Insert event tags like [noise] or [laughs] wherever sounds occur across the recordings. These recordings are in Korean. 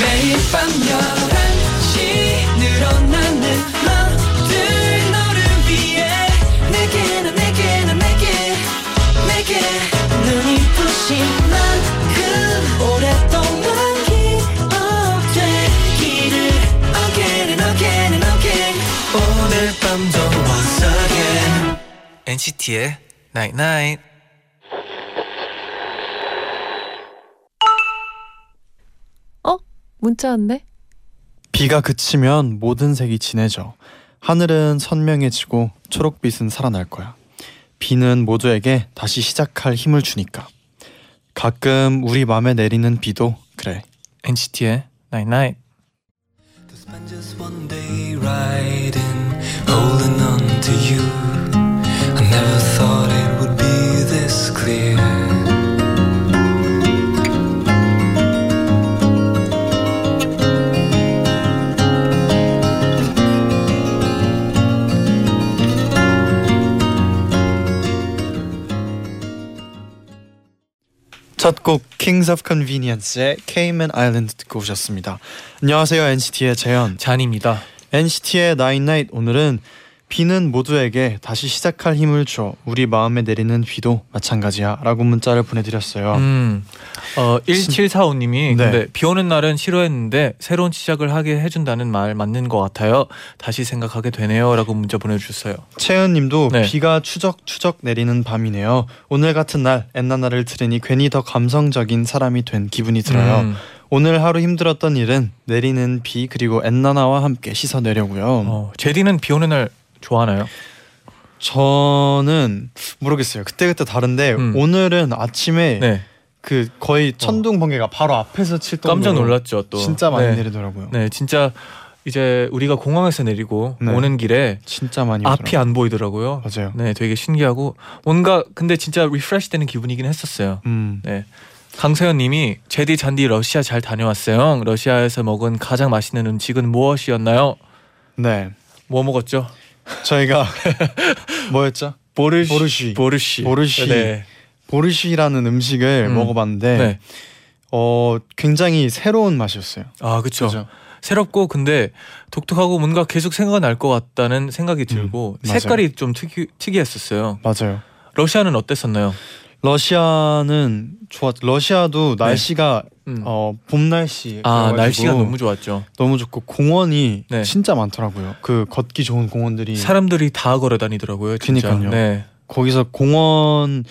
매일 밤 11시 늘어나는 맘들 너를 위해 내게 난 내게 난 내게 내게 눈이 부신 만큼 오랫동안 기억되기를 Again and again and again 오늘 밤도 once again NCT의 Night Night. 어? 문자 왔네? 비가 그치면 모든 색이 진해져. 하늘은 선명해지고 초록빛은 살아날 거야. 비는 모두에게 다시 시작할 힘을 주니까. 가끔 우리 맘에 내리는 비도 그래. NCT의 Night Night. To spend just one day riding, Oh, holding on to you. I never thought it would be this clear. 첫 곡 Kings of Convenience의 Cayman Island 듣고 오셨습니다. 안녕하세요 NCT의 재현. 잔입니다. NCT의 Nine Night 오늘은 비는 모두에게 다시 시작할 힘을 줘. 우리 마음에 내리는 비도 마찬가지야라고 문자를 보내드렸어요. 음. 어 네. 1745님이 근데 비 오는 날은 싫어했는데 새로운 시작을 하게 해준다는 말 맞는 것 같아요. 다시 생각하게 되네요라고 문자 보내주셨어요. 채은님도 네. 비가 추적추적 내리는 밤이네요. 오늘 같은 날 엔나나를 들으니 괜히 더 감성적인 사람이 된 기분이 들어요. 음. 오늘 하루 힘들었던 일은 내리는 비 그리고 엔나나와 함께 씻어내려고요. 어, 제디는 비 오는 날 좋아하나요? 저는 모르겠어요. 그때그때 다른데 음. 오늘은 아침에 네. 어. 그 거의 천둥 번개가 바로 앞에서 칠 정도로 깜짝 놀랐죠 또. 뭐 진짜 많이 네. 내리더라고요. 네, 진짜 이제 우리가 공항에서 내리고 네. 오는 길에 진짜 많이 앞이 안 보이더라고요. 오더라고요. 맞아요. 네, 되게 신기하고 뭔가 근데 진짜 리프레시되는 기분이긴 했었어요. 음. 네. 강세현님이 제디 잔디 러시아 잘 다녀왔어요. 러시아에서 먹은 가장 맛있는 음식은 무엇이었나요? 네. 뭐 먹었죠? [laughs] 저희가 뭐였죠? 보르시. 보르시. 보르시. 보르시. 네. 보르시라는 음식을 음. 먹어봤는데 네. 어 굉장히 새로운 맛이었어요. 아 그쵸. 그죠? 새롭고 근데 독특하고 뭔가 계속 생각이 날 것 같다는 생각이 들고 음, 맞아요. 색깔이 좀 특이 특이했었어요. 맞아요. 러시아는 어땠었나요? 러시아는 좋았. 러시아도 네. 날씨가 음. 어, 봄 날씨. 아 날씨가 너무 좋았죠. 너무 좋고 공원이 네. 진짜 많더라고요. 그 걷기 좋은 공원들이 사람들이 다 걸어 다니더라고요. 진짜. 그니까요. 네. 거기서 공원이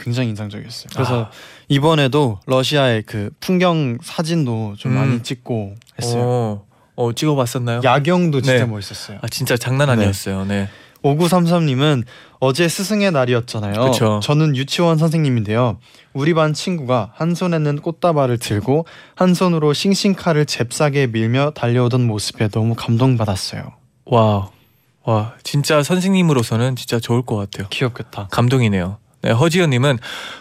굉장히 인상적이었어요. 그래서 아. 이번에도 러시아의 그 풍경 사진도 좀 음. 많이 찍고 했어요. 어, 어, 찍어봤었나요? 야경도 진짜 네. 멋있었어요. 아 진짜 장난 아니었어요. 네. 5933님은 어제 스승의 날이었잖아요. 그쵸. 저는 유치원 선생님인데요. 우리 반 친구가 한 손에는 꽃다발을 들고 한 손으로 싱싱카를 잽싸게 밀며 달려오던 모습에 너무 감동받았어요. 와, 와 진짜 선생님으로서는 진짜 좋을 것 같아요. 귀엽겠다. 감동이네요. 네, 허지연님은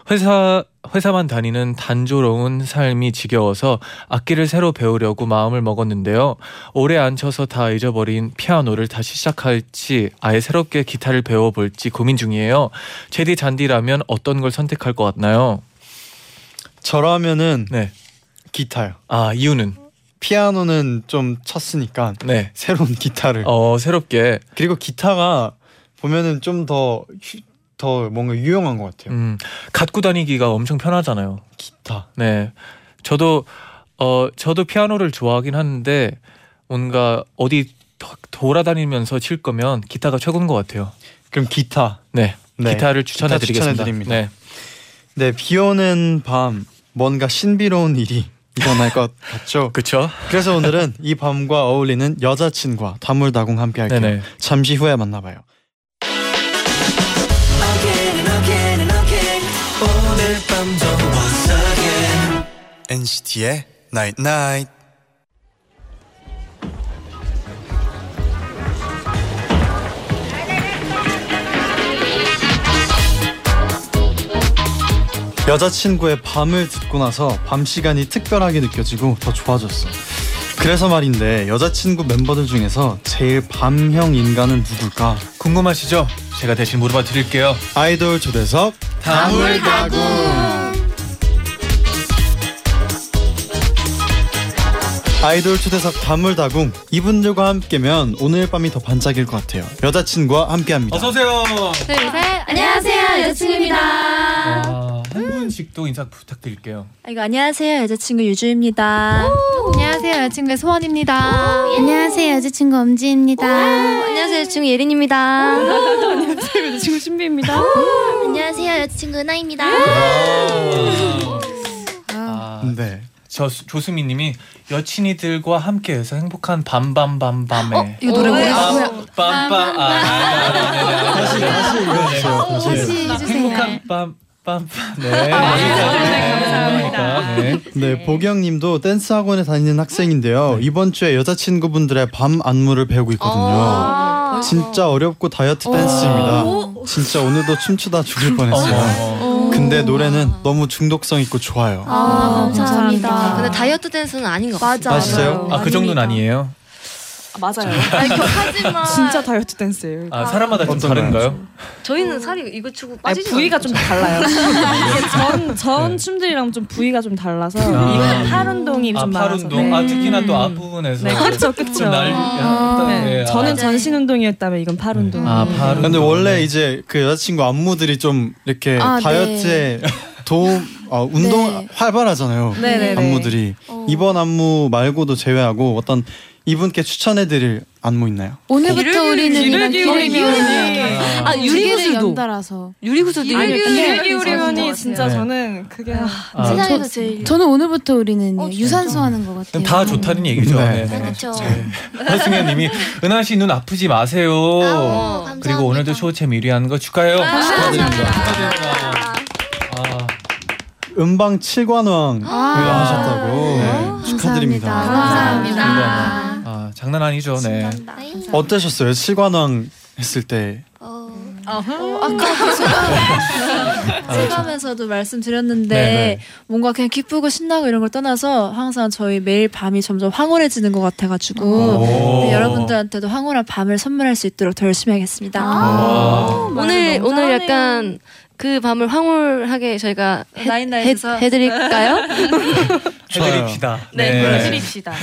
회사 회사만 다니는 단조로운 삶이 지겨워서 악기를 새로 배우려고 마음을 먹었는데요. 오래 안 쳐서 다 잊어버린 피아노를 다시 시작할지 아예 새롭게 기타를 배워볼지 고민 중이에요. 제디 잔디라면 어떤 걸 선택할 것 같나요? 저라면은 네, 기타요. 아 이유는 피아노는 좀 쳤으니까 네, 새로운 [laughs] 기타를. 어 새롭게 그리고 기타가 보면은 좀 더 더 뭔가 유용한 것 같아요. 음, 갖고 다니기가 엄청 편하잖아요. 기타. 네. 저도 어 저도 피아노를 좋아하긴 하는데 뭔가 어디 더- 돌아다니면서 칠 거면 기타가 최고인 것 같아요. 그럼 기타. 네. 네. 기타를 추천해 드리겠습니다. 추천해드립니다. 네. 네, 비 오는 밤 뭔가 신비로운 일이 일어날 것 같죠. 그렇죠? 그래서 오늘은 이 밤과 어울리는 여자친구와 다물다공 함께 할게요. 네네. 잠시 후에 만나봐요. Again and again and again 오늘 밤도 once again NCT의 Night Night. 여자친구의 밤을 듣고 나서 밤 시간이 특별하게 느껴지고 더 좋아졌어. 그래서 말인데 여자친구 멤버들 중에서 제일 밤형 인간은 누굴까? 궁금하시죠? 제가 대신 물어봐 드릴게요. 아이돌 초대석 다물다궁 아이돌 초대석 다물다궁 이분들과 함께면 오늘 밤이 더 반짝일 것 같아요. 여자친구와 함께합니다. 어서 오세요. 둘, 셋. 어. 안녕하세요, 여자친구입니다. 아, 한 분씩도 인사 부탁드릴게요. 이거 안녕하세요, 여자친구 유주입니다. 안녕하세요. 여자친구의 소원입니다. 안녕하세요, 여자친구 엄지입니다. 안녕하세요, 여자친구 예린입니다. [laughs] 여자친구 신비입니다. 안녕하세요, 여자친구 나입니다. 아, 네. 저 수- 조수미님이 여친이들과 함께해서 행복한 밤밤밤밤에 이거 노래 어, 우리 아, 누구야? 밤밤밤 아, 다시 다시 읽어주세요. 다시. 행복한 밤밤밤 네. 감사합니다. 네. 네, 보경님도 댄스 학원에 다니는 학생인데요. 이번 주에 여자친구분들의 밤 안무를 배우고 있거든요. 아. 진짜 어렵고 다이어트 댄스입니다. 진짜 오늘도 춤추다 죽을 뻔했어요. 어, 근데 노래는 너무 중독성 있고 좋아요. 아, 감사합니다. 감사합니다. 근데 다이어트 댄스는 아닌 것 같아요. 맞아. 아, 진짜요? 아, 그 정도는 아니에요. 맞아요. 아니, 격하지만 진짜 다이어트 댄스예요. 아, 사람마다 좀 어떤가요? 다른가요? 저희는 살이 이거 치고 아니, 빠지지 부위가 [laughs] 좀 달라요. 이게 전, 전 네. 춤들이랑 좀 부위가 좀 달라서 아. 이건 팔 운동이 아, 좀 팔 많아서. 운동. 아, 특히나 또 앞부분에서 네, 그렇죠, 그렇죠. 좀 날. 네, 네, 저는 아, 전신 운동이었다면 이건 팔 운동. 아, 팔 운동. 근데 원래 이제 그 여자친구 안무들이 좀 이렇게 아, 네. 다이어트에 도움 어, 운동 네. 활발하잖아요. 네네네. 안무들이 이번 안무 말고도 제외하고 어떤 이분께 추천해드릴 안무 있나요? 오늘부터 우리는 기를 기울이면 아, 아 유리구슬도 연달아서. 유리구슬도 아니, 이렇게 기를 좋은 것 기울이면이 진짜 같아요. 저는 그게 아, 세상에서 제일 저는 오늘부터 우리는 어, 유산소 하는 것 그럼 같아요. 다 좋다는 얘기죠. 네. 네. 그렇죠. 허승현님이 은하 씨 눈 아프지 마세요. 그리고 오늘도 쇼챔 1위 하는 거 축하해요. 축하드립니다. 축하드립니다. 아, 음방 칠관왕 하셨다고 네. 축하드립니다. 감사합니다. 감사합니다. 아, 장난 아니죠. 네. 어떠셨어요? 칠관왕 했을 때 어, 어, 아까 제가 생각하면서도 말씀드렸는데 네, 네. 뭔가 그냥 기쁘고 신나고 이런 걸 떠나서 항상 저희 매일 밤이 점점 황홀해지는 것 같아가지고 오. 네, 여러분들한테도 황홀한 밤을 선물할 수 있도록 더 열심히 하겠습니다. 와. 오늘 오늘 약간 그 밤을 황홀하게 저희가 해, 해, 나인나인에서 해드릴까요? 해드립시다. 해드립시다.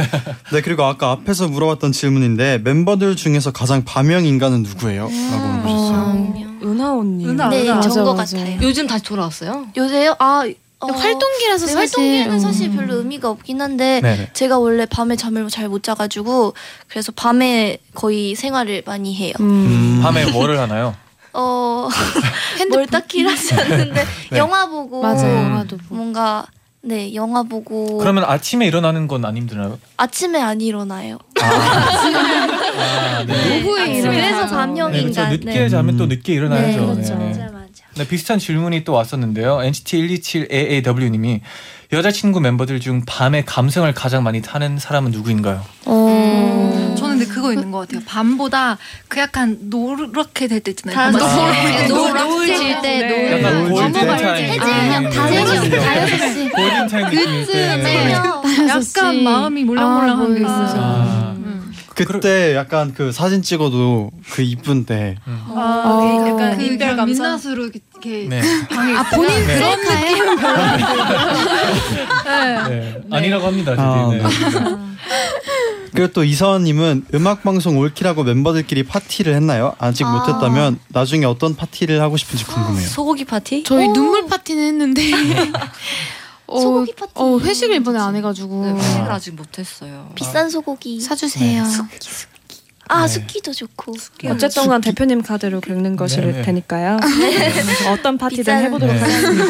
네 그리고 아까 앞에서 물어봤던 질문인데 멤버들 중에서 가장 밤형 인간은 누구예요? 라고 물으셨어요. 은하 언니. 은하. 네, 맞아, 저인 것 맞아. 같아요. 요즘 다시 돌아왔어요? 요새요? 아, 어, 활동기라서 네, 사실. 음. 활동기는 사실 별로 의미가 없긴 한데 네네. 제가 원래 밤에 잠을 잘 못 자가지고 그래서 밤에 거의 생활을 많이 해요. 음. 밤에 뭐를 하나요? 어, 뭘 딱히 하지 않는데 네. 영화 보고 맞아, 음. 영화도 보고. 뭔가 네 영화 보고 그러면 아침에 일어나는 건 안 힘드나요? 아침에 안 일어나요. 아, 네. 오후에 일어나죠. 그래서 네, 밤형인간. 그렇죠. 늦게 음. 자면 또 늦게 일어나야죠. 네, 그렇죠. 네. 맞아 맞아. 네, 비슷한 질문이 또 왔었는데요. NCT 127AAW님이 여자친구 멤버들 중 밤에 감성을 가장 많이 타는 사람은 누구인가요? 어. 네, 저는 근데 그거 있는 것 같아요. 밤보다 그 약간 노랗게 될 때 네. 있잖아요. 다섯 밤- 시. 노- 노을 질 때, 네. 노을 약간 질 때. 골든 타임 해질 느낌이네요. 다섯시. 골든 타임 느낌일 때. 맞아요. 네. 약간 마음이 몰랑몰랑한 게 아, 있어요. 아, 그때 약간 그 사진 찍어도 그 이쁜 때 네, 아, 그 인별 감성. 민낯으로 이렇게 네. 방에 있어요. 본인 네. 그런 느낌. 네. 아니라고 합니다. 아, 저도. 네. [laughs] 그리고 또 이서원님은 음악방송 올키라고 멤버들끼리 파티를 했나요? 아직 아. 못했다면 나중에 어떤 파티를 하고 싶은지 궁금해요. 소고기 파티? 저희 눈물 파티는 했는데. 어, 소고기 파티. 어, 회식을 이번에 안 해가지고. 네, 회식을 아직 못했어요. 비싼 소고기. 사주세요. 아 네. 숙기도 좋고. 어쨌든 간 대표님 카드로 긁는 것일 네, 네. 테니까요. 어떤 파티든 비싼- 해보도록 네. 하겠습니다.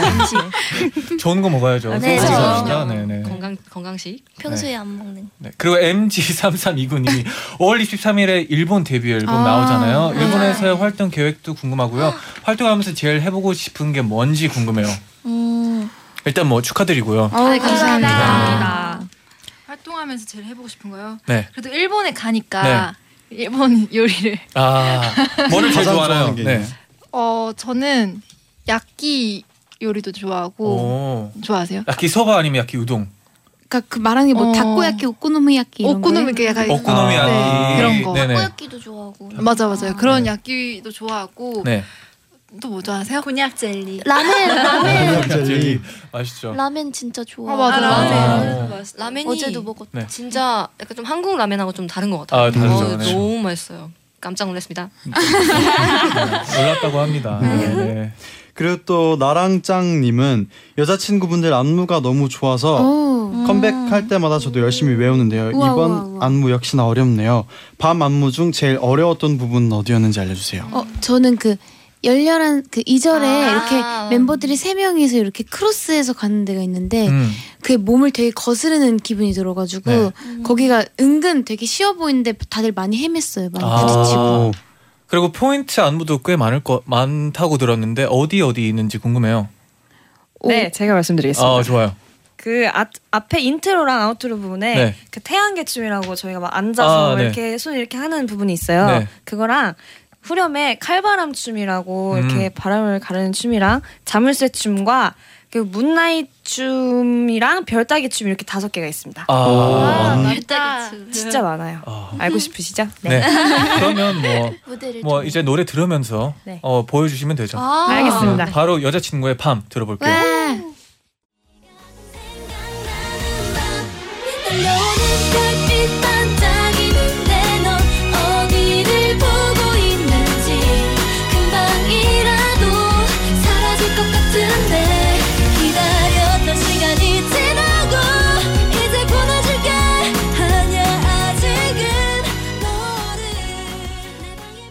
좋은 거 먹어야죠. 네, 소고기가 그렇죠. 아니라, 네, 네. 건강 건강식. 평소에 안 먹는. 네. 그리고 MG3329님이 5월 23일에 일본 데뷔 앨범 아, 나오잖아요. 일본에서의 활동 계획도 궁금하고요. 활동하면서 제일 해보고 싶은 게 뭔지 궁금해요. 음. 일단 뭐 축하드리고요. 네, 아, 활동하면서 제일 해보고 싶은 거요. 네. 그래도 일본에 가니까 일본 [laughs] 요리를. 아, 뭐를 제일 가장 좋아하나요? 좋아하는 게 네. 있나요? 어 저는 야끼 요리도 좋아하고 오. 좋아하세요? 야키 소바 아니면 야키 우동. 그러니까 그 말하는 게뭐 어. 다코야끼, 오코노미야끼 이런 거. 오코노미 게 약간 아, 오코노미야키 네, 그런 거. 아, 네네. 음. 꼬야끼도 좋아하고. 맞아 맞아요. 그런 네. 야끼도 좋아하고 네. 또 뭐 좋아하세요? 곤약 젤리. 라멘 아, 라멘 네. 갑자기 맛있죠. 라멘 진짜 좋아. 아, 맞아. 라멘. 네. 라멘. 아. 라멘이 어제도 먹었. 네. 뭐 진짜 약간 좀 한국 라멘하고 좀 다른 것 같아요. 아, 다르죠. 네. 너무 맛있어요. 깜짝 놀랐습니다. 놀랐다고 합니다. 네. 그리고 또 나랑짱님은 여자친구분들 안무가 너무 좋아서 오. 컴백할 때마다 저도 열심히 외우는데요. 우와, 이번 우와, 우와. 안무 역시나 어렵네요. 밤 안무 중 제일 어려웠던 부분은 어디였는지 알려주세요. 어, 저는 그 열렬한 그 2절에 아. 이렇게 멤버들이 세 명이서 이렇게 크로스해서 가는 데가 있는데 음. 그게 몸을 되게 거스르는 기분이 들어가지고 네. 음. 거기가 은근 되게 쉬워 보이는데 다들 많이 헤맸어요. 많이 아. 부딪히고. 오, 그리고 포인트 안무도 꽤 많을 거 많다고 들었는데 어디 어디 있는지 궁금해요. 오. 네, 제가 말씀드리겠습니다. 아 좋아요. 그 앞, 앞에 인트로랑 아우트로 부분에 네. 그 태양계춤이라고 저희가 막 앉아서 아, 네. 이렇게 손 이렇게 하는 부분이 있어요. 네. 그거랑 후렴에 칼바람 춤이라고 음. 이렇게 바람을 가르는 춤이랑 자물쇠 춤과 그 문나잇 춤이랑 별따기 춤 이렇게 다섯 개가 있습니다. 아, 와. 음. 아, 진짜 많아요. 아. 알고 싶으시죠? 네. 그러면 뭐 뭐 무대를 좀- 이제 노래 들으면서 네. 어, 보여주시면 되죠. 아, 알겠습니다. 네, 바로 여자친구의 밤 들어볼게요. 달려오는 별빛 반짝이는데 넌 어디를 보고 있는지 금방이라도 사라질 것 같은데 기다렸던 시간이 지나고 이제 보내줄게 아니야 아직은 너를 내 방에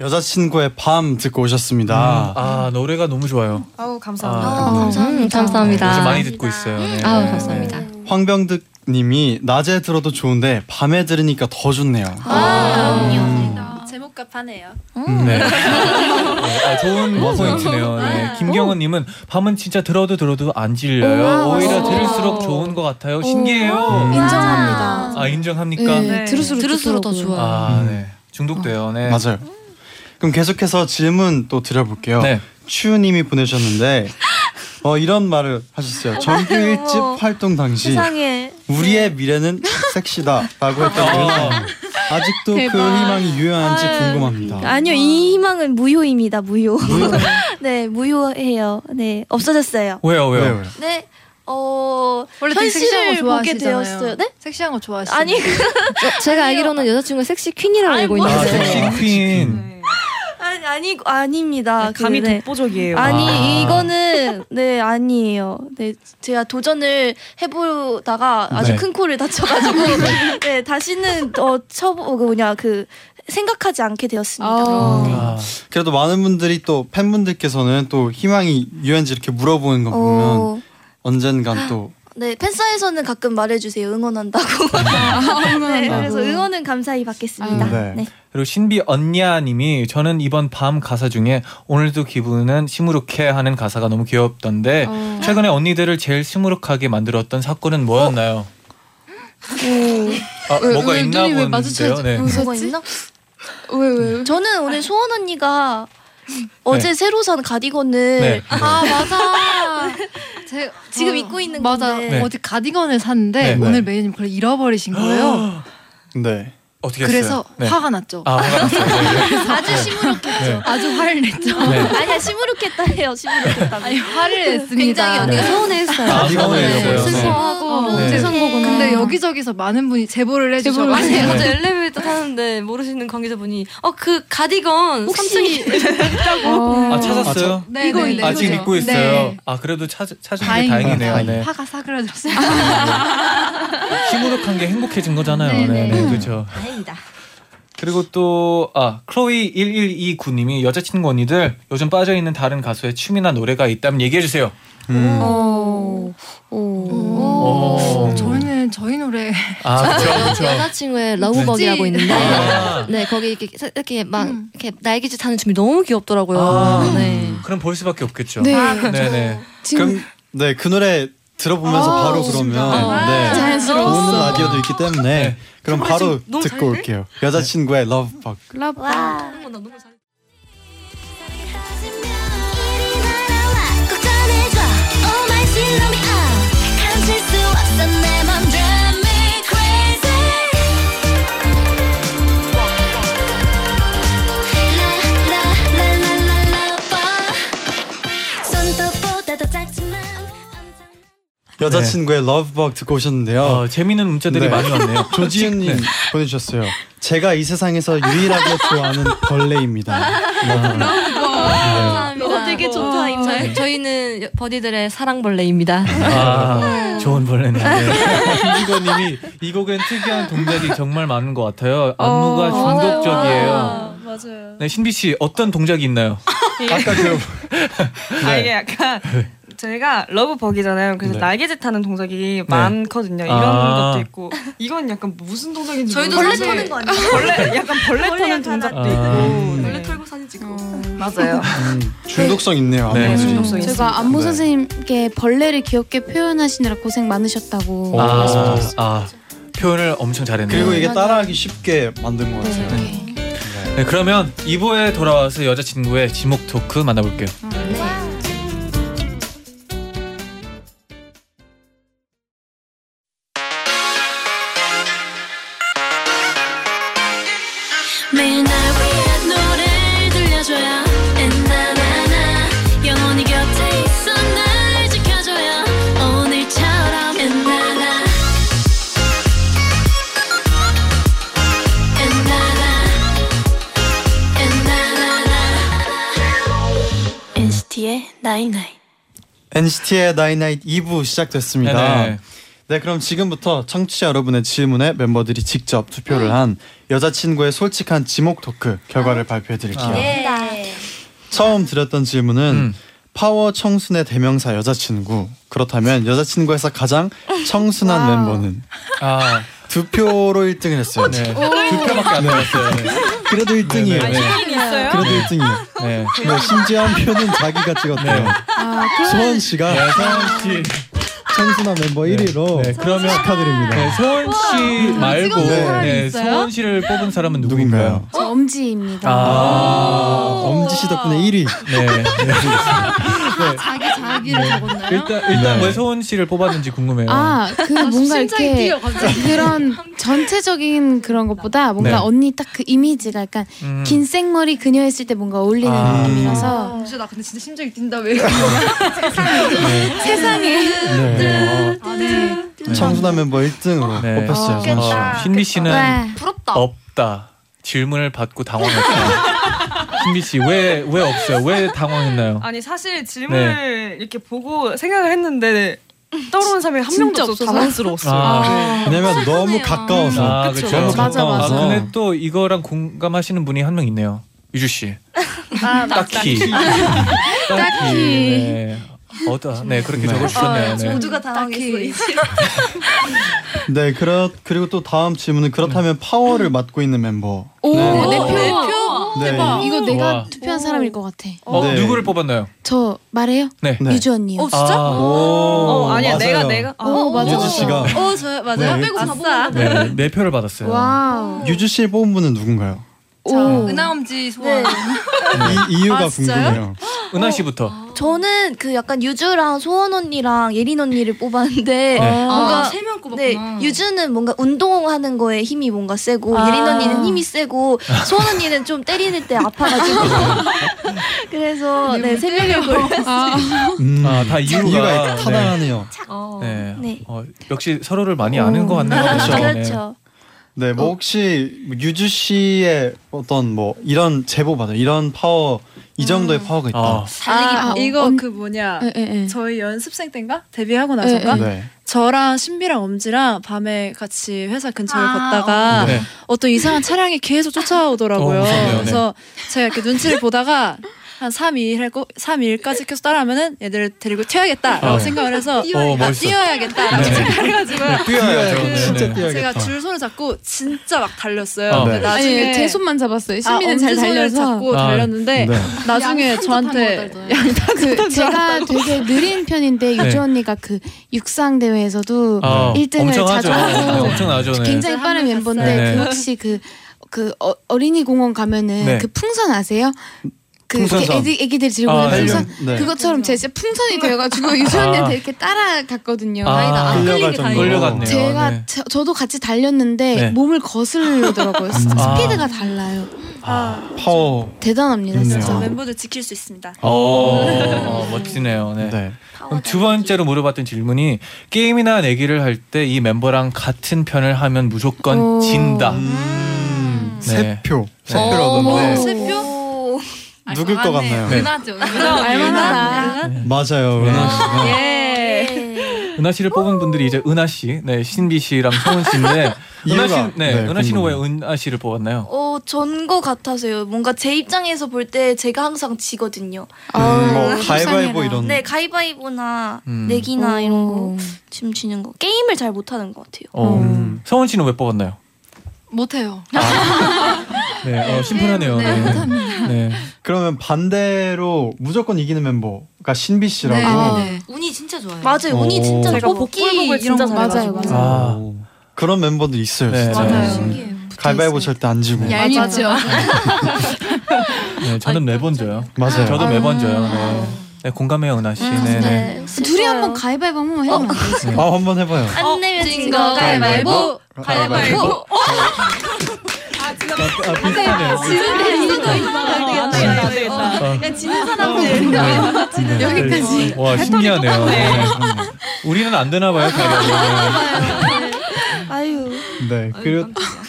여자친구의 밤 듣고 오셨습니다. 아 노래가 너무 좋아요. 아우 아, 감사합니다. 어, 감사합니다. 음, 감사합니다. 음. 요즘 많이 듣고 있어요. 네. 아우 감사합니다. 황병득님이 낮에 들어도 좋은데 밤에 들으니까 더 좋네요. 아, 음. 제목 같아네요. 음, 네. 네, 아, 좋은 음. 포인트네요. 네. 김경은님은 밤은 진짜 들어도 들어도 안 질려요. 오, 오히려 맞아. 들을수록 좋은 것 같아요. 음. 신기해요. 인정합니다. 아 인정합니까? 네. 들을수록, 들을수록 더 좋더라고요. 좋아요. 아 네. 중독돼요. 네. 맞아요. 그럼 계속해서 질문 또 드려볼게요. 네. 추우님이 보내셨는데 어, 이런 말을 하셨어요. 정규 일집 활동 당시 세상에 우리의 미래는 섹시다라고 했던 어. 유나. 아직도 그 희망이 유효한지 궁금합니다. 아니요 이 희망은 무효입니다 무효 [laughs] 네 무효해요 네 없어졌어요 왜요 왜요? 왜요? 왜요? 네. 어 원래 되게 섹시한 거 현실을 보게 좋아하시잖아요. 되었어요. 네? 섹시한 거 좋아하시죠? 아니 저- 제가 알기로는 여자친구가 섹시 퀸이라고 알고 아 있는데 섹시 퀸. 아니 아니 아닙니다 감이 그, 네. 독보적이에요. 아니 아. 이거는 네 아니에요. 네 제가 도전을 해보다가 아주 네. 큰 코를 다쳐가지고 네 다시는 어 쳐보 그 뭐냐 그 생각하지 않게 되었습니다. 아. 네. 아, 음. 그래도 많은 분들이 또 팬분들께서는 또 희망이 유효한지 이렇게 물어보는 거 보면 어, 언젠간 또 네 팬사에서는 가끔 말해주세요 응원한다고. 네 그래서 응원은 감사히 받겠습니다. 아, 네. 네. 그리고 신비 언니아님이 저는 이번 밤 가사 중에 오늘도 기분은 시무룩해 하는 가사가 너무 귀엽던데 최근에 언니들을 제일 시무룩하게 만들었던 사건은 뭐였나요? 그 아, 왜, 뭐가 왜 있나 눈이 왜 보는데요. 마주쳐야지? 네. 무슨- 뭐가 뭐지? 있나? 왜 왜? 저는 오늘 소원 언니가 어제 새로 산 가디건을 네. 아 [laughs] 맞아. 제, 지금 어, 입고 있는 맞아. 뭐 건데 네. 어제 가디건을 샀는데 네. 오늘 매니저님 그걸 잃어버리신 거예요. 네. 어떻게 했어요? 그래서 네. 화가 났죠. 아, 화가 났어요. 네, 아주 시무룩했죠. 아주 화를 냈죠. 네. 네. 아니야 시무룩했다 해요. 시무룩했다. 아니 [laughs] 화를 냈습니다. 네. 굉장히 그 언니가 서운했어요. 아, 서운했어요. 네. 어, 네. 죄송 보구나. 근데 여기저기서 많은 분이 제보를 해주셔서 아니 어제 엘리베이터 타는데 모르시는 관계자분이 어 그 가디건 혹시 3층이 아, 찾았어요? 네, 이거 네, 네. 아직 그죠? 입고 있어요. 네. 아, 그래도 찾, 찾은 게 다행입니다. 다행이네요. 네. 화가 사그라들었어요. 시무룩한 게 행복해진 거잖아요. 네, 네, 네. 네, 그렇죠. 다행이다. 그리고 또, 아, 크로이 1129님이 여자친구 언니들 요즘 빠져있는 다른 가수의 춤이나 노래가 있다면 얘기해주세요. 음. 어. 오. 어. 오. [laughs] 저희는 저희 노래 아, 여- 그쵸, 그쵸. 여자친구의 러브버기라고 있는데 아. [laughs] 네 거기 이렇게 사- 이렇게 막 음. 이렇게 날개짓 하는 춤이 너무 귀엽더라고요. 아. 네. 그럼 볼 수밖에 없겠죠. 네. 네네. 지금 그럼 네, 그 노래 들어보면서 아, 바로 그러면 좋습니다. 네. [laughs] 자연스러웠어. 오는 라디오도 있기 때문에 아. 네. 그럼 바로 듣고 올게요. 여자친구의 러브박. 하지면 이리 날아와 꼭 전해줘 Oh my she love me up 감출 수 없어 내맘 drive me crazy La la la la la la 네. 여자친구의 러브벅 듣고 오셨는데요. 어, 재미있는 문자들이 많이 왔네요. 조지은님 네. 보내주셨어요. 제가 이 세상에서 유일하게 좋아하는 벌레입니다. 아, 감사합니다. 어, 되게 좋다 어. 저희, 저희는 버디들의 사랑벌레입니다. 아, 좋은 벌레네요. 김지건님이 이 곡엔 특이한 동작이 정말 많은 것 같아요. 안무가 어, 중독적이에요. 맞아요. 네, 신비 씨 어떤 동작이 있나요? 예. 아까 그 아 이게 약간 저희가 러브 버기잖아요. 그래서 네. 날개짓 하는 동작이 많거든요. 이런 아. 것도 있고 이건 약간 무슨 동작인지 저희도 모르겠어요. 사실- 벌레 터는 거 아니에요? 벌레 약간 벌레 벌레 터는 약간 동작도 하나. 있고 아. 네. 원래 털고 사진 어. 찍고. 맞아요. 음, 음, 중독성 있네요. 네, 아무래도. 중독성 있어요. 제가 안무 선생님께 벌레를 귀엽게 표현하시느라 고생 많으셨다고. 어. 아, 아, 표현을 엄청 잘했네요. 그리고 이게 따라하기 쉽게 만든 것 같아요. 네, 그러면 2부에 돌아와서 여자친구의 지목 토크 만나볼게요. 매일 날 위한 노래를 들려줘요 엔나나나 영원히 곁에 있어 날 지켜줘요 오늘처럼 엔나나 엔나나 엔나나나 NCT의 나잇나잇 NCT의 나인나잇 2부 시작됐습니다. 네네. 네 그럼 지금부터 청취자 여러분의 질문에 멤버들이 직접 투표를 한 여자친구의 솔직한 지목 토크 결과를 발표해드릴게요. 처음 드렸던 질문은 음. 파워 청순의 대명사 여자친구. 그렇다면 여자친구에서 가장 청순한 멤버는 아, 두 표로 1등을 했어요. 네. 두 표밖에 안 나왔어요. 네. 그래도 1등이에요. 네, 네, 네. 그래도 1등이에요. 네. 네, 심지어 한 표는 자기가 찍었대요. 아, 소원 씨가 세원 네. 씨. 청순한 멤버 1위로 네, 그러면 축하드립니다. 네, 세원 씨 말고 사람이 네, 있어요? 세원 씨를 뽑은 사람은 누구인가요? 누군가요? 저 엄지입니다. 아, 엄지 씨 덕분에 1위. 네. 네. 자기 자기를 적었나요? 일단 일단 네. 왜 소원 씨를 뽑았는지 궁금해요. 아, 그 뭔가 이렇게 그런 전체적인 그런 것보다 뭔가 네. 언니 딱 그 이미지가 약간 음. 긴 생머리 그녀 했을 때 뭔가 어울리는 아. 느낌이라서 진짜 나 근데 진짜 심장이 뛴다 왜? 세상에 어, 네. 아, 네. 청순한 멤버 1등으로 네. 뽑혔어요. 아, 어, 선우 씨. 신비 씨는 와. 부럽다. 없다. 질문을 받고 당황했어요. 신비 씨 왜 왜 없어요? 왜 당황했나요? 아니 사실 질문을 이렇게 보고 생각을 했는데 떠오르는 사람이 한 명도 없어서 당황스러웠어요. 아. 그렇죠. 왜냐면 너무 청순해요. 가까워서. 아, 그쵸. 그렇죠. 너무 맞아, 가까워서. 아, 근데 또 이거랑 공감하시는 분이 한 명 있네요. 유주 씨. 아, 딱히. 딱히. 네. 어다. 네, 그렇게 네. 적어 아, 주셨네요. 네. 모두가 당황했어. 이 친구. 네, 그렇 그리고 또 다음 질문은 그렇다면 네. 파워를 맡고 있는 멤버. 오, 어, 네. 내 표. 네. 네. 어, 이거 내가 와. 투표한 사람일 것 같아. 어, 네. 누구를 뽑았나요? 저 말해요? 네. 아. 네. 유주 언니요. 진짜? 어, 오, 아니야 내가 맞아요. 내가 아, 오, 맞아. 유주 씨가 어, 저요. 맞아요. 네. 빼고 다 뽑았는데. 네, 네 표를 받았어요. 와우. 유주 씨를 뽑은 분은 누군가요? 오. 은하엄지 소원. 네. 네. 이 이유가 아, 진짜요? 궁금해요. 은하 씨부터. 저는 그 약간 유주랑 소원 언니랑 예린 언니를 뽑았는데 네. 아, 뭔가 세명 네, 유주는 뭔가 운동하는 거에 힘이 뭔가 세고 아. 예린 언니는 힘이 세고 소원 언니는 좀 때리는 [laughs] 때 아파가지고 [laughs] 그래서 네세 명을 골랐어요. 음. 아, 다 이유가- 이유가 타당하네요. 네. 네. 어, 역시 서로를 많이 아는 것 [laughs] 같네요. 그렇죠. 네, 뭐 혹시 유주 씨의 어떤 뭐 이런 제보 받아요. 이런 파워 이 정도의 파워가 있다. 아, 아, 이거 음. 언- 그 뭐냐 네, 예, 예, 예. 저희 연습생 때인가 데뷔하고 나서가 네. 저랑 신비랑 엄지랑 밤에 같이 회사 근처를 아. 걷다가 네. 어떤 이상한 차량이 계속 쫓아오더라고요. 어, 무섭네요. 그래서 제가 이렇게 눈치를 보다가 한 3, 2일 하고 3, 2일까지 계속 따라하면은 얘를 데리고 튀어야겠다라고 어. 생각을 해서 뛰어야겠다. 어, 아, 멋있어. 뛰어야겠다라고 네. 생각을 해가지고 뛰어야죠. 네, 진짜 네. 제가 뛰어야겠다. 줄 손을 잡고 진짜 막 달렸어요. 어. 근데 네. 나중에 아니, 제 손만 잡았어요. 신비는 아, 잘 엄지 손을 달려서. 잡고 아, 달렸는데 네. 나중에 저한테 그 제가 되게 느린 편인데 네. 유주 언니가 그 육상 대회에서도 아, 1등을 엄청하죠. 자주 네, 하고 엄청나죠. 네. 굉장히 네. 빠른 네. 멤버인데 네. 그 혹시 그 그 어, 어린이 공원 가면은 네. 그 풍선 아세요? 그 풍선선. 이렇게 애기, 애기들 들고 아, 오는 네. 풍선 네. 그것처럼 제 진짜 풍선이 되어가지고 [laughs] 유치원한테 이렇게 따라갔거든요. 아, 아니다. 안 끌리게 다행이다. 끌려갔네요. 제가 네. 저- 저도 같이 달렸는데 네. 몸을 거슬더라고요. 스- 아. 스피드가 달라요. 파워. 대단합니다 있네요. 진짜. 아, 멤버들 지킬 수 있습니다. 어 멋지네요. 네. 그럼 두 번째로 물어봤던 질문이 게임이나 내기를 할 때 이 멤버랑 같은 편을 하면 무조건 오. 진다. 음, 세 표. 세 네. 표를 얻었는데 세표 누굴 것 같나요? 은하죠. 은하 알만하다. 맞아요. 네. 은하 씨가. 예. 은하 씨를 뽑은 분들이 이제 은하 씨, 네 신비 씨랑 성은 [laughs] 씨인데 이유가, 은하 씨, 네, 네, 은하 씨는 왜 궁금해요. 은하 씨를 뽑았나요? 어, 전거 같아서요. 뭔가 제 입장에서 볼 때 제가 항상 지거든요. 아, 음, 뭐 가위바위보 이런. 네, 가위바위보나 음. 내기나 이런 거 지금 지는 거. 게임을 잘 못하는 것 같아요. 어, 성은 씨는 왜 뽑았나요? 못해요. 아, 네, 어, 심플하네요. 네, 네. 못합니다. 네. 그러면 반대로 무조건 이기는 멤버가 신비 네. 씨라고. 아, 운이 진짜 좋아요. 맞아요. 운이 오. 진짜 제가 뭐 좋아요. 복불복을 진짜 거 맞아요, 잘해요. 맞아요. 아, 그런 멤버들 있어요. 네, 진짜. 맞아요. 가위바위보 절대 안 지고. 얄밉죠. 네, 저는 매번 져요. 맞아요. 저도 매번 져요. 네. 네, 공감해요, 은하 씨. 네, 네. 둘이 한번 가위바위보 한번 해요. 어, 아, 한번 해봐요. 안 내면 진거 네. 가위바위보. 가위바위보. 아, 비슷하네요. 그 그냥 지는 사람들. 네. 여기까지. 와, 신기하네요. 아, 네. 우리는 안 되나 봐요, 가위바위보. 아유. 네. 그리고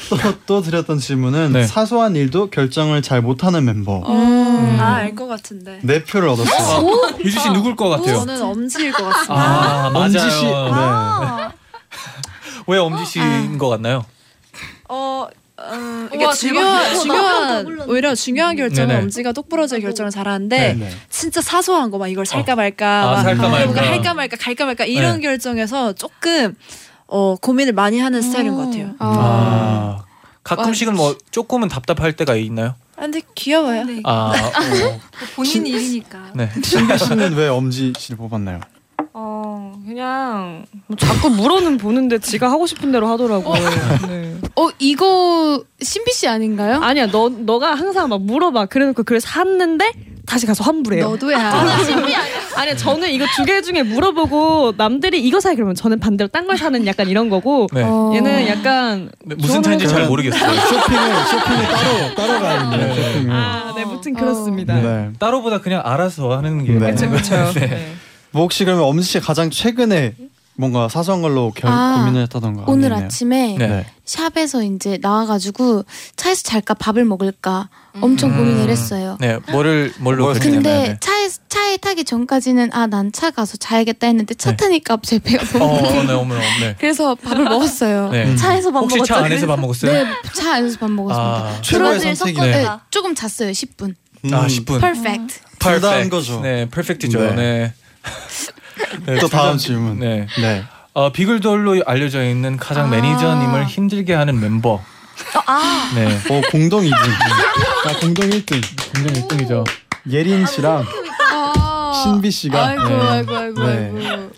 또, 또 드렸던 질문은 네. 사소한 일도 결정을 잘 못하는 멤버. 음. 아알 것 같은데. 네 표를 얻었어요. 아, 유주 씨 누굴 것 같아요? 저는 엄지일 것 같습니다. 아, 엄지 씨. 맞아요. 네. 왜 엄지 씨인 것 같나요? 어, 어 이게 우와, 중요한 대박. 나 중요한 몰랐네. 오히려 중요한 결정은 네네. 엄지가 똑부러져야 결정을 잘하는데 네, 네. 진짜 사소한 거 막 이걸 살까 말까, 아, 막 살까 말까. 뭔가 할까 말까, 갈까 말까 이런 네. 결정에서 조금 어 고민을 많이 하는 스타일인 것 같아요. 아. 가끔씩은 뭐 조금은 답답할 때가 있나요? 아, 근데 귀여워요. 아, 어. 본인 일이니까. 네. 신비 씨는 왜 엄지 씨를 뽑았나요? 어 그냥 뭐 자꾸 물어는 보는데 지가 하고 싶은 대로 하더라고. 네. 어 이거 신비 씨 아닌가요? 아니야 너 너가 항상 막 물어봐. 그래놓고 그래서 샀는데 다시 가서 환불해요. 아. 너도야. 아니야 저는 이거 두 개 중에 물어보고 남들이 이거 사야 그러면 저는 반대로 딴 걸 사는 약간 이런 거고 네. 어, 얘는 약간 네, 무슨 차인지 잘 모르겠어요. 쇼핑을 쇼핑을 따로 따로 가는데 쇼핑을. 아네 무튼 그렇습니다. 네. [laughs] 따로보다 그냥 알아서 하는 게. 네. 맞는 그쵸, 것 그렇죠. 같아요. 네. 네. 뭐 혹시 그러면 엄지 씨 가장 최근에 뭔가 사소한 걸로 결, 아, 고민을 했다던가 오늘 아니면- 아침에 네. 네. 샵에서 이제 나와가지고 차에서 잘까 밥을 먹을까 음. 엄청 고민을 했어요. 음. 네, 뭐를 뭘로 뭘 그랬냐면, 근데 네. 차에 차에 타기 전까지는 아 난 차 가서 자야겠다 했는데 차 네. 타니까 제 배가 어, 너무 어, 네, 어머나, 네. [laughs] 그래서 밥을 먹었어요. 네. 음. 차에서 밥 혹시 먹었죠. 차 안에서 밥 먹었어요? 네, 차 안에서 밥 먹었습니다. 아, 최고의 브러질 선택이네. 네, 섞어서. 조금 잤어요. 10분. 아, 10분. 퍼펙트. 둘다한 Perfect. 거죠. 네, 퍼펙트죠. 네. 네. 네, 또 다음 가장- 질문. 네. 네. 어, 비글돌로 알려져 있는 가장 아. 매니저님을 힘들게 하는 멤버. 어, 아, 네. 어 공동 2등. 아, 공동 1등. 굉장히 1등이죠. 예린 씨랑 신비 씨가 아이고 네. 아이고 아이고 네. 아이고.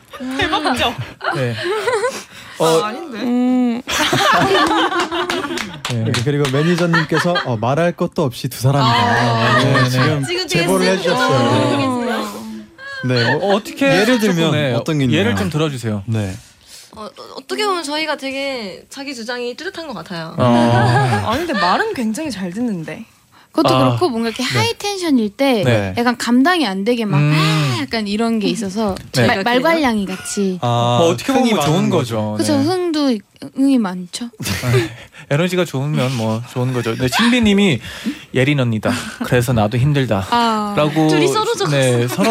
네. 어, 음. 네. 이렇게 그리고 매니저님께서 어, 말할 것도 없이 두 아, 사람이다. 네, 네, 네. 지금, 제보를 해주셨어요. 네. 뭐, 어, 어떻게 예를 들면 조금, 네, 어떤 게 있나요? 예를 좀 들어주세요. 네. 어, 떻게 보면 저희가 되게 자기 주장이 뚜렷한 것 같아요. 어, 아니 근데 말은 굉장히 잘 듣는데. 그것도 아. 그렇고 뭔가 이렇게 하이 텐션일 때 네. 약간 감당이 안 되게 막 음. 아, 약간 이런 게 있어서 네. 말- 말괄량이 같이 아, 뭐 어떻게 흥이 보면 좋은 많은 거죠. 그렇죠 네. 흥도 있- 흥이 많죠. 에너지가 좋으면 뭐 좋은 거죠. 근데 신비님이 예린 언니다. 그래서 나도 힘들다. 아, 라고 둘이 서로 적었어요. 네, 서로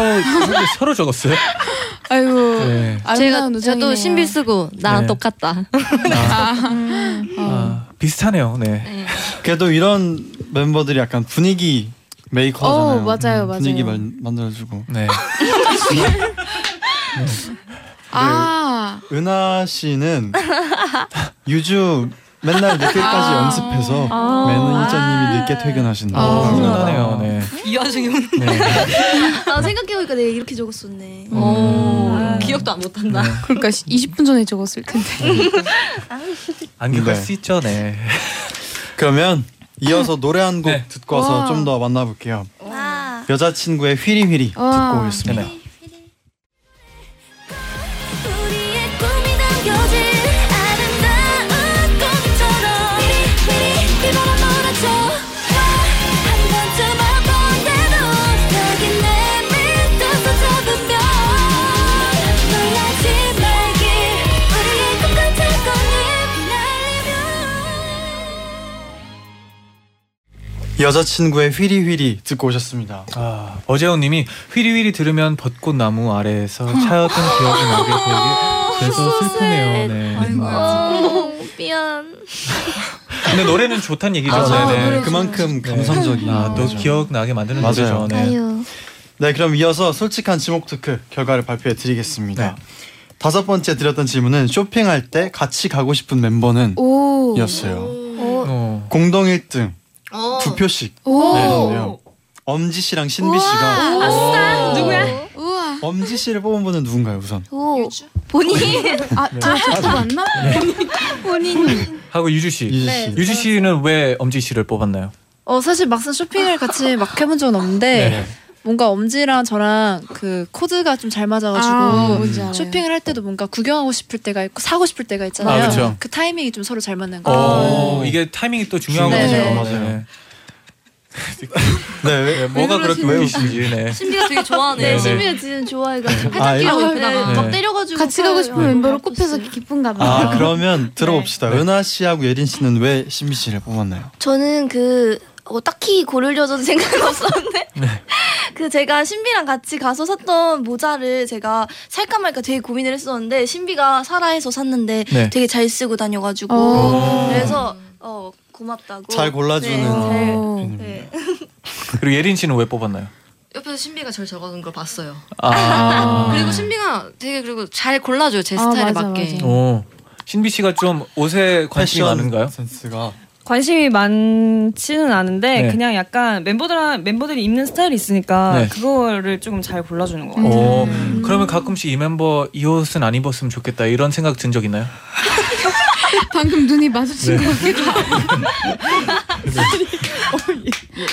서로 적었어요. 아이고 네. 제가 아름다운 우정이네요. 저도 신비 쓰고 나랑 네. 똑같다. 어. 아, 비슷하네요. 네. 네. 그래도 이런 멤버들이 약간 분위기 메이커잖아요. 음, 어, 맞아요, 맞아요. 분위기 만, 만들어주고. 네. 아 은하 씨는 [laughs] 유주 맨날 늦게까지 연습해서 매니저님이 늦게 퇴근하신다. 아. 어, 훈훈하네요. 네. 이와중에 네. 아, 나 생각해보니까 내가 이렇게 적었었네. 기억도 안 못한다. 그러니까 20분 전에 적었을 텐데. 안경을 네. 쓰죠. 네. 그러면 이어서 노래 한 곡 네. 듣고 와서 와. 좀 더 만나볼게요. 아. 여자친구의 휘리휘리 와. 듣고 오겠습니다. 네. 꿈이 담겨진 아름다운 꿈처럼 미리 이 바람 몰아줘 한 번쯤 와본대도 여기 내 밑에서 잡으면 놀라지 말길 우리의 꿈 같은 꽃잎 여자친구의 휘리휘리 듣고 오셨습니다. 네, 아, 어재호님이 휘리휘리 들으면 벚꽃나무 아래에서 차였던 기억이 나게 되게 돼서 슬프네요. 네. 어, 미안. 근데 노래는 좋다는 얘기잖아요. 아, 네. 노래 그만큼 좋죠. 감성적인 아, 또 거죠. 기억나게 만드는 맞아요. 노래죠. 네. 네, 그럼 이어서 솔직한 지목 토크 결과를 발표해 네. 드리겠습니다. 다섯 번째 드렸던 질문은 쇼핑할 때 같이 가고 싶은 멤버는 오. 였어요. 오. 공동 1등 오. 두 표씩 오. 내는데요. 엄지 씨랑 신비 씨가 어. 아싸! 누구야? 우와. 엄지 씨를 뽑은 분은 누군가요, 우선? 오. 본인. 아, 저 네. 저뽑았나 본인. 하고 유주 씨. 유주 네. 씨. 유주 씨는 왜 엄지 씨를 뽑았나요? 어 사실 막상 쇼핑을 같이 막 해본 적은 없는데 뭔가 엄지랑 저랑 그 코드가 좀 잘 맞아가지고 아, 뭔지 알아요. 쇼핑을 할 때도 뭔가 구경하고 싶을 때가 있고 사고 싶을 때가 있잖아요. 아, 그쵸. 어, 그 타이밍이 좀 서로 잘 아. 맞는 거. 오, 이게 타이밍이 또 중요한 네. 거죠. 맞아요. 네. 네, 왜- 뭐가 왜 그렇게 그러시나요? 웃기신지. 네. 신비가 되게 좋아하네. 네, 네. 신비가 지금 좋아해가지고 아, 팔짱 끼고 이거- 예쁘다가 네. 막 때려가지고 같이 가고 싶은 네. 멤버로 꼽혀서 기쁜가 봐. [laughs] 아, 네. 그러면 들어봅시다. 은하 씨하고 예린 씨는 왜 신비 씨를 아, 뽑았나요? 저는 그 어, 딱히 고르려던 생각은 [laughs] 없었는데 네. 그 제가 신비랑 같이 가서 샀던 모자를 제가 살까 말까 되게 고민을 했었는데 신비가 사라 해서 샀는데 네. 되게 잘 쓰고 다녀가지고 오. 그래서 어 고맙다고 잘 골라주는 어. 네, 네, 네. 그리고 예린 씨는 왜 뽑았나요? 옆에서 신비가 저를 적어둔 걸 봤어요. 아. [laughs] 그리고 신비가 되게 그리고 잘 골라줘요 아, 제 스타일에 맞게. 오. 어. 신비 씨가 좀 옷에 패션 관심이 어. 많은가요? 센스가 관심이 많지는 않은데 네. 그냥 약간 멤버들 멤버들이 입는 스타일이 있으니까 네. 어, 그거를 조금 잘 골라주는 음. 것 같아요. 오. 그러면 가끔씩 이 멤버 이 옷은 안 입었으면 좋겠다 이런 생각 든 적 있나요? 방금 눈이 마주친 네. 것 같기도 하고.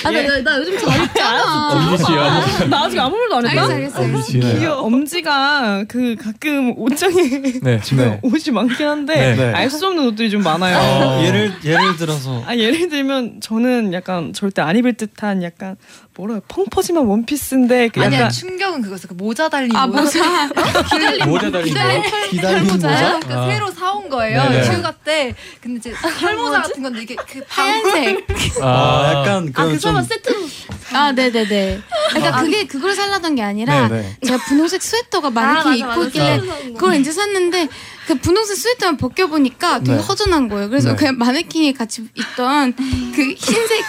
아, 나, 나, 나 요즘 잘 입잖아. 엄지 씨야. 나 아직 아무 말도 안 했다. 알겠어, 알겠어, 알겠어. 엄지 씨네. 귀여워. 엄지가 그 가끔 옷장에 네. [laughs] 옷이 많긴 한데 네, 네. 알 수 없는 옷들이 좀 많아요. 어, 예를 예를 들어서 아 예를 들면 저는 약간 절대 안 입을 듯한 약간 뭐라 펑퍼짐한 원피스인데 그 아니야 약간 충격은 그거였어. 그 모자 달린 아, 모자. 기다림 모자 달린 기다림 거? 털- 기다림 털모자. 모자? 그러니까 아. 새로 사온 거예요. 네네. 휴가 때. 근데 [laughs] 이제 털모자 같은 건데 이게 그 하얀색. 아, 약간 그런 좀 세트로. 아, 네, 네, 네. 어, 그러니까 아. 그게 그걸 살라던 게 아니라 네, 네. 제가 분홍색 스웨터가 아, 많이 맞아, 이렇게 맞아. 입고 있길래 아. 그걸 네. 이제 샀는데 그 분홍색 스웨터만 벗겨 보니까 되게 네. 허전한 거예요. 그래서 네. 그냥 마네킹이 같이 있던 그 [laughs] 흰색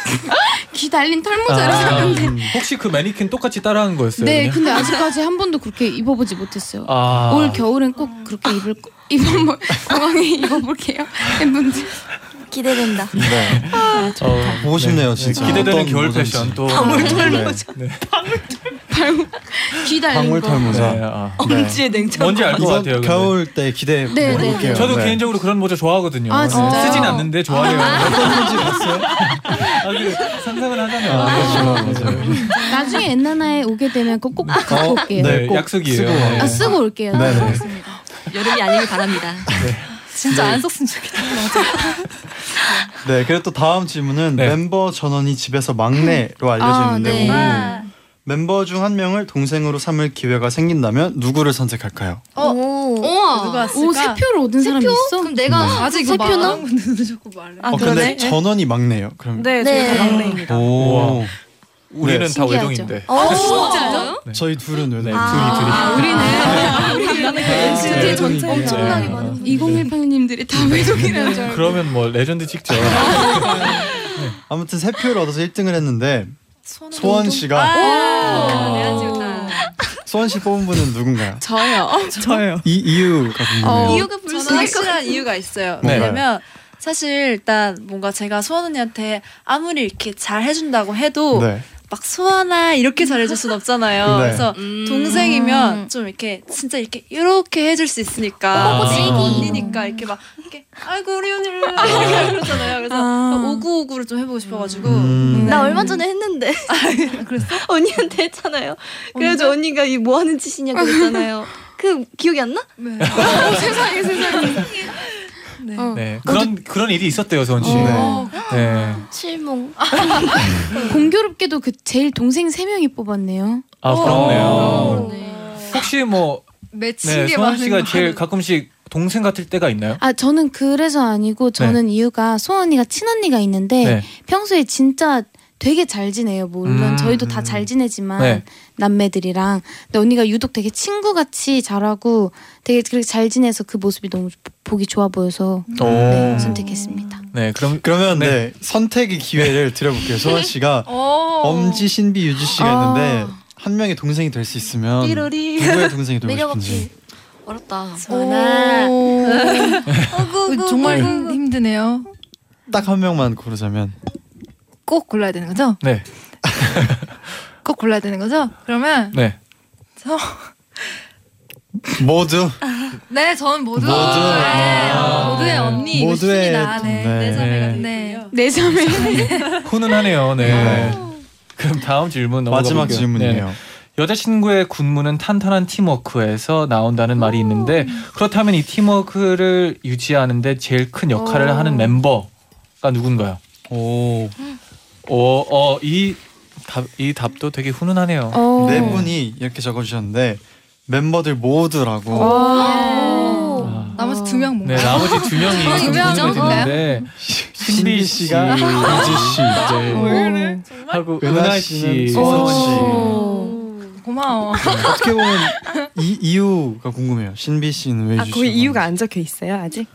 귀 달린 털모자를 샀는데 음. 혹시 그 매니킨 똑같이 따라한 거였어요? 네, 아, 그냥? 근데 아직까지 한 번도 그렇게 입어보지 못했어요. 아. 올 겨울엔 꼭 그렇게 입을 거, 입어 뭐, 공항에 [laughs] 입어볼게요. 했는데 기대된다. 네. 어, 보고 싶네요, 진짜. 기대되는 어떤 겨울 모자인지. 패션 또 방울털 네. 모자. 네. 귀 달린 거. 방울털 모자. 네, 아. 엄지의 냉장고. 뭔지 알 것 이번 같아요. 근데. 겨울 때 기대 네, 네. 해볼게요. 저도 네. 개인적으로 그런 모자 좋아하거든요. 아, 진짜요? 쓰진 않는데 좋아해요. 어떤지 봤어요? 아, 그 상상을 하잖아요. 아, 맞아요, 맞아요. 나중에 엔나나에 오게 되면 그거 꼭 갖고 어, 올게요. 네, 꼭 약속이에요. 쓰고 와요. 아, 쓰고 올게요. 네네. 여름이 아니길 바랍니다. 진짜 안 썼으면 좋겠다. 네, 그리고 또 다음 질문은 멤버 전원이 집에서 막내로 알려져 네. 있는데요. 멤버 중 한 명을 동생으로 삼을 기회가 생긴다면 누구를 선택할까요? 어, 오, 누가 왔을까? 오, 세 표를 얻은 사람이 있어? 그럼 내가 네. 아직 세 이거 표나? 말하는 건 자꾸 말해. 어, 근데 전원이 막내예요. 그럼 네, 네. 저희가 막내입니다. 오. 우리는 네. 다 신기하죠. 외동인데. 오, 진짜요? 저희 둘은 외동. 네. 그 우리는 진짜 네. 전체 엄청나게 많은 네. 2018님들이 다 외동이라는 줄 알고. 그러면 뭐 레전드 찍죠. 아무튼 세 표를 얻어서 1등을 했는데 소원 어. 아, 네, 씨가 소원 씨 뽑은 분은 누군가요? 저요. 저요. 이 이유가 궁금해요. 이유가 저는 그러니까 확실한 이유가 있어요. 뭔가요? 왜냐면 뭐- 사실 일단 뭔가 제가 소원 언니한테 아무리 이렇게 잘 해준다고 해도 네. 막 수아나 이렇게 잘해줄 순 없잖아요. 네. 그래서 음. 동생이면 좀 이렇게 진짜 이렇게 이렇게 해줄 수 있으니까 어, 지금 어. 언니니까 이렇게 막 이렇게 아이고 우리 언니 이렇게 [laughs] 그러잖아요. 그래서 오구오구를 좀 해보고 싶어가지고 네. 아, 나 얼마 전에 [laughs] 했는데. 그랬어? [laughs] 언니한테 했잖아요. 그래서 언니가 이 뭐 하는 짓이냐고 그랬잖아요. 그 기억이 안 나? 네. 세상에 세상에. 네. 네 그런 그런 일이 있었대요 서은 씨. 네. 실몽. 공교롭게도 그 제일 동생 세 명이 뽑았네요. 아 어. 그렇네요. 혹시 뭐 맺힌 네, 서은 씨가 제일 가끔씩 동생 같을 때가 있나요? 아 저는 그래서 아니고 저는 이유가 소원 언니가 친언니가 있는데 네. 평소에 진짜 되게 잘 지내요. 물론 저희도 다 잘 지내지만 네. 남매들이랑 근데 언니가 유독 되게 친구같이 잘하고 되게 그렇게 잘 지내서 그 모습이 너무 보- 보기 좋아 보여서 오. 네, 선택했습니다. 어. 네, 그럼 음. 그러면 네, 선택의 기회를 드려볼게요. 소원 씨가 어. 오. 엄지, 신비, 유지 씨가 아. 있는데 한 명의 동생이 될 수 있으면 띠로리. 누구의 동생이 되고 싶은지. 내려박기. 어렵다. 전화. 네. 정말 힘- 힘드네요. 딱 한 명만 고르자면 꼭 골라야 되는 거죠? 네, 꼭 골라야 되는 거죠? 그러면 네. 저 모두 아. 네, 저는 모두 모두. 네, 아. 모두의 언니 모두의 모두입니다. 네. 네. 네. 네. 네. 내 자매. 훈훈하네요. 네. 그럼 다음 질문 넘어가 마지막 볼게요. 질문이에요. 네. 여자친구의 군무는 탄탄한 팀워크에서 나온다는 말이 있는데 그렇다면 이 팀워크를 유지하는데 제일 큰 역할을 오. 하는 멤버가 누군가요? 오, 어, 어, 이 답, 이 답도 되게 훈훈하네요. 네 분이 이렇게 적어주셨는데 멤버들 모두라고. 오. 나머지 두 명 뭔가. 네, 나머지 두 명이 두 선정이 명. 됐는데 신비 씨가 유지 씨, 네. 어. 하고 은하 씨, 서원 씨. 고마워. 어떻게 보면 이 이유가 궁금해요. 신비 씨는 왜 아, 유지 거기 씨? 이유가 안 적혀 있어요 아직?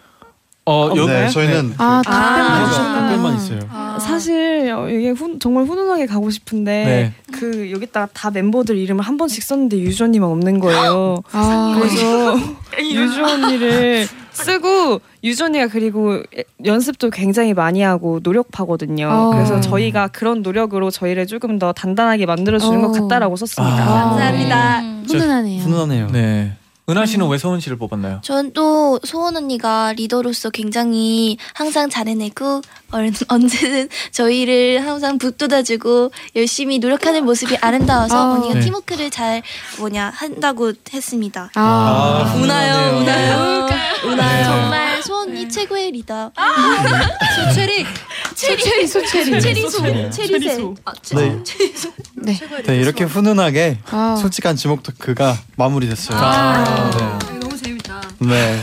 어, 네, 여기요? 저희는 아, 그 답변만 답변만 주셨구나. 답변만 있어요. 아, 아. 사실 어, 이게 훈, 정말 훈훈하게 가고 싶은데 그 여기다가 다 멤버들 이름을 한 번씩 썼는데 유주 언니만 없는 [gasps] 거예요. 아. [laughs] 그래서 유주 언니를 쓰고 유주 언니가 그리고 예- 연습도 굉장히 많이 하고 노력하거든요. 아. 어. 그래서 저희가 그런 노력으로 저희를 조금 더 단단하게 만들어 주는 것 같다라고 썼습니다. 감사합니다. 훈훈하네요. 훈훈하네요. 네. 은하 씨는 왜 서은 씨를 뽑았나요? 전 또 소원 언니가 리더로서 굉장히 항상 잘해내고 얼- [laughs] 언제든 저희를 항상 북돋아주고 열심히 노력하는 모습이 아름다워서 아. 언니가 네. 팀워크를 잘 뭐냐 한다고 했습니다. 아, 우나요, 우나요, 네. 우나요. 정말 소원 언니 최고의 리더. [laughs] 소체리, 아. 소체리, 소체리. 체리소, 소체리. 체리소. 아, 네. 체리소. 네. 네, 이렇게 훈훈하게 아. 솔직한 지목 토크가 마무리됐어요. 아. 너무 재밌다. 네. 네.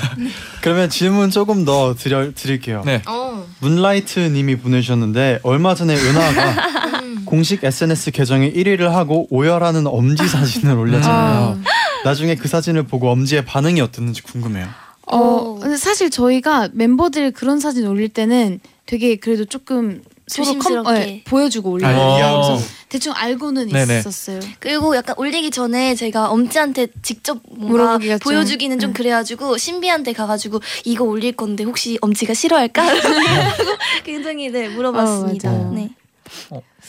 그러면 질문 조금 더 드려, 드릴게요. 네. 어. 문라이트 님이 보내주셨는데 얼마 전에 은하가 공식 SNS 계정에 1위를 하고 오열하는 엄지 사진을 올렸잖아요. 나중에 그 사진을 보고 엄지의 반응이 어땠는지 궁금해요. 어, 근데 사실 저희가 멤버들 그런 사진 올릴 때는 되게 그래도 조금 서로 컴, 조심스럽게. 네, 보여주고 올려요. 아, 그래서 어. 대충 알고는 네네. 있었어요. 그리고 약간 올리기 전에 제가 엄지한테 직접 뭔가 물어보기가 좀- 네. 보여주기는 좀 그래가지고 신비한테 가가지고 이거 올릴 건데 혹시 엄지가 싫어할까? 네. 하고 [laughs] 굉장히 네 물어봤습니다. 네.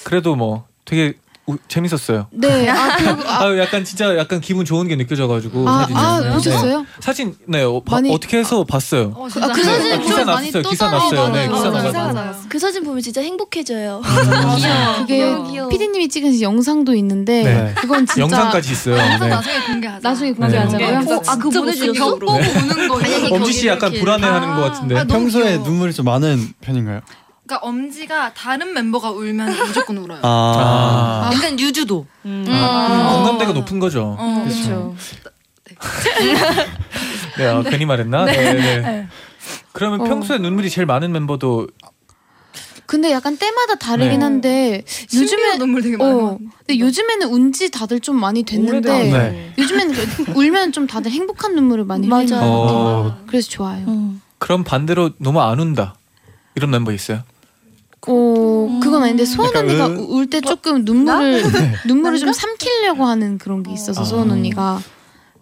그래도 뭐 되게 우- 재밌었어요. 네. 아, 그리고 아, 약간 진짜 약간 기분 좋은 게 느껴져가지고 아, 사진 아, 네. 보셨어요? 사진 네 어, 바- 어떻게 해서 봤어요. 그, 아, 그 네, 사진 기사 좀 났어요. 기사 났어요. 네, 기사 나가지고. 그 사진 보면 진짜 행복해져요. 맞아요. 그게 피디님이 찍은 영상도 있는데 네. 그건 진짜 영상까지 있어요. 아, 영상 네. 나중에 공개하자. 나중에 공개하자고요. 네. 어, 아, 그거 보내주셨어? 벽 보고 우는 거예요? 엄지 씨 약간 아, 불안해하는 것 같은데. 평소에 눈물이 좀 많은 편인가요? 그러니까 엄지가 다른 멤버가 울면 무조건 울어요. 아. 그러니까 약간 유주도. 음. 음. 음. 아, 공감대가 높은 거죠. 어, 그렇죠. 네, 아, 네. 괜히 말했나? 네. 네. 네. 네. 그러면 어. 평소에 눈물이 제일 많은 멤버도 근데 약간 때마다 다르긴 네. 한데 요즘에 눈물 되게 많이 어, 근데 요즘에는 운지 다들 좀 많이 됐는데 오래돼가지고. 네. 요즘에는 그- 울면 좀 다들 행복한 눈물을 많이 흘리는 것 같아요. 어, 그래서 좋아요. 그럼 반대로 너무 안 운다 이런 멤버 있어요? 어, 그건 아닌데 그러니까 소원 약간 언니가 으- 우- 울 때 조금 눈물을 [laughs] 눈물을 좀 삼키려고 하는 그런 게 있어서 소원 언니가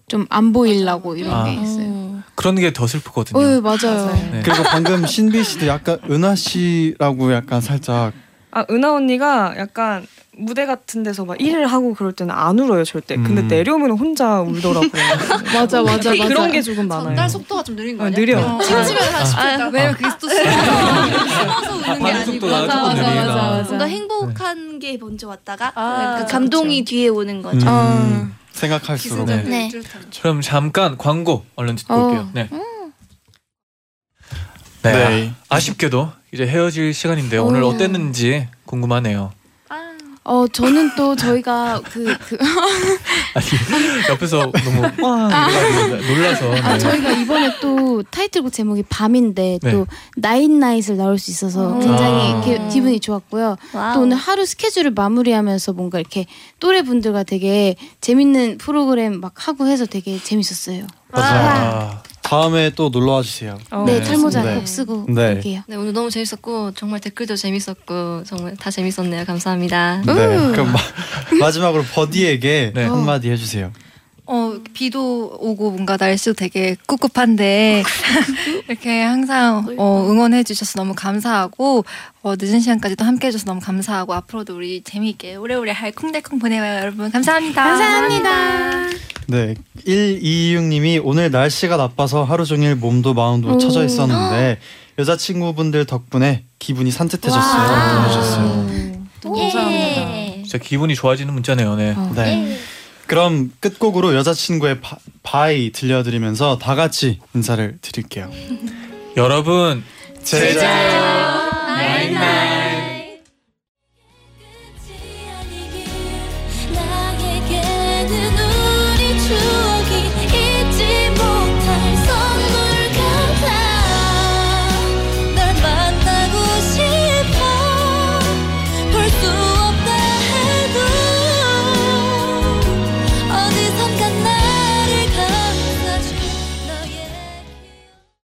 좀 안 보이려고 이런 아. 게 있어요. 그런 게 더 슬프거든요. 어, 예, 맞아요. 네. 그리고 방금 신비 씨도 약간 은하 씨라고 약간 살짝 아 은하 언니가 약간 무대 같은 데서 막 일을 하고 그럴 때는 안 울어요 절대. 근데 내려오면 혼자 울더라고요. [laughs] 맞아, 맞아, 그런 맞아요. 게 조금 많아요. 전달 속도가 좀 느린 거 어, 아니야? 느려. 어. 칭칭을 하나 아. 싶겠다. 왜냐면 그게 또 씹어서 아, 우는 게 반응 아니고 속도가 조금 느리구나. 뭔가 행복한 네. 게 먼저 왔다가 아, 그 감동이 뒤에 오는 거죠. 음, 생각할수록 네. 네. 그럼 잠깐 광고 얼른 듣고 어. 올게요. 네. 네. 네. 아, 아쉽게도 이제 헤어질 시간인데 요 오. 오늘 어땠는지 궁금하네요. 어 저는 또 저희가 그, 그 옆에서 너무 와 이래가지고 놀라서. 아, 네. 저희가 이번에 또 타이틀곡 제목이 밤인데 네. 또 나잇나잇을 나올 수 있어서 음. 굉장히 아. 기- 기분이 좋았고요. 와우. 또 오늘 하루 스케줄을 마무리하면서 뭔가 이렇게 또래 분들과 되게 재밌는 프로그램 막 하고 해서 되게 재밌었어요. 맞아. 다음에 또 놀러 와 주세요. 네, 탈모자 네. 꼭 쓰고 네. 올게요. 어. 네, 오늘 너무 재밌었고 정말 댓글도 재밌었고 정말 다 재밌었네요. 음. 감사합니다. 네. 그럼 마, [laughs] 마지막으로 버디에게 한마디 해주세요. 어 비도 오고 뭔가 날씨도 되게 꿉꿉한데 [laughs] 이렇게 항상 어, 응원해 주셔서 너무 감사하고 어, 늦은 시간까지 도 함께 해줘서 너무 감사하고 앞으로도 우리 재미있게 오래오래 할콩달콩 보내봐요 여러분 감사합니다. 감사합니다. 네, 126님이 오늘 날씨가 나빠서 하루 종일 몸도 마음도 오. 처져 있었는데 여자친구분들 덕분에 기분이 산뜻해졌어요. 보내주셨어요. 음, 예. 진짜 기분이 좋아지는 문자네요. 네. 네. 그럼 끝곡으로 여자친구의 바, 바이 들려드리면서 다 같이 인사를 드릴게요. 여러분 제자요. 나잇나잇.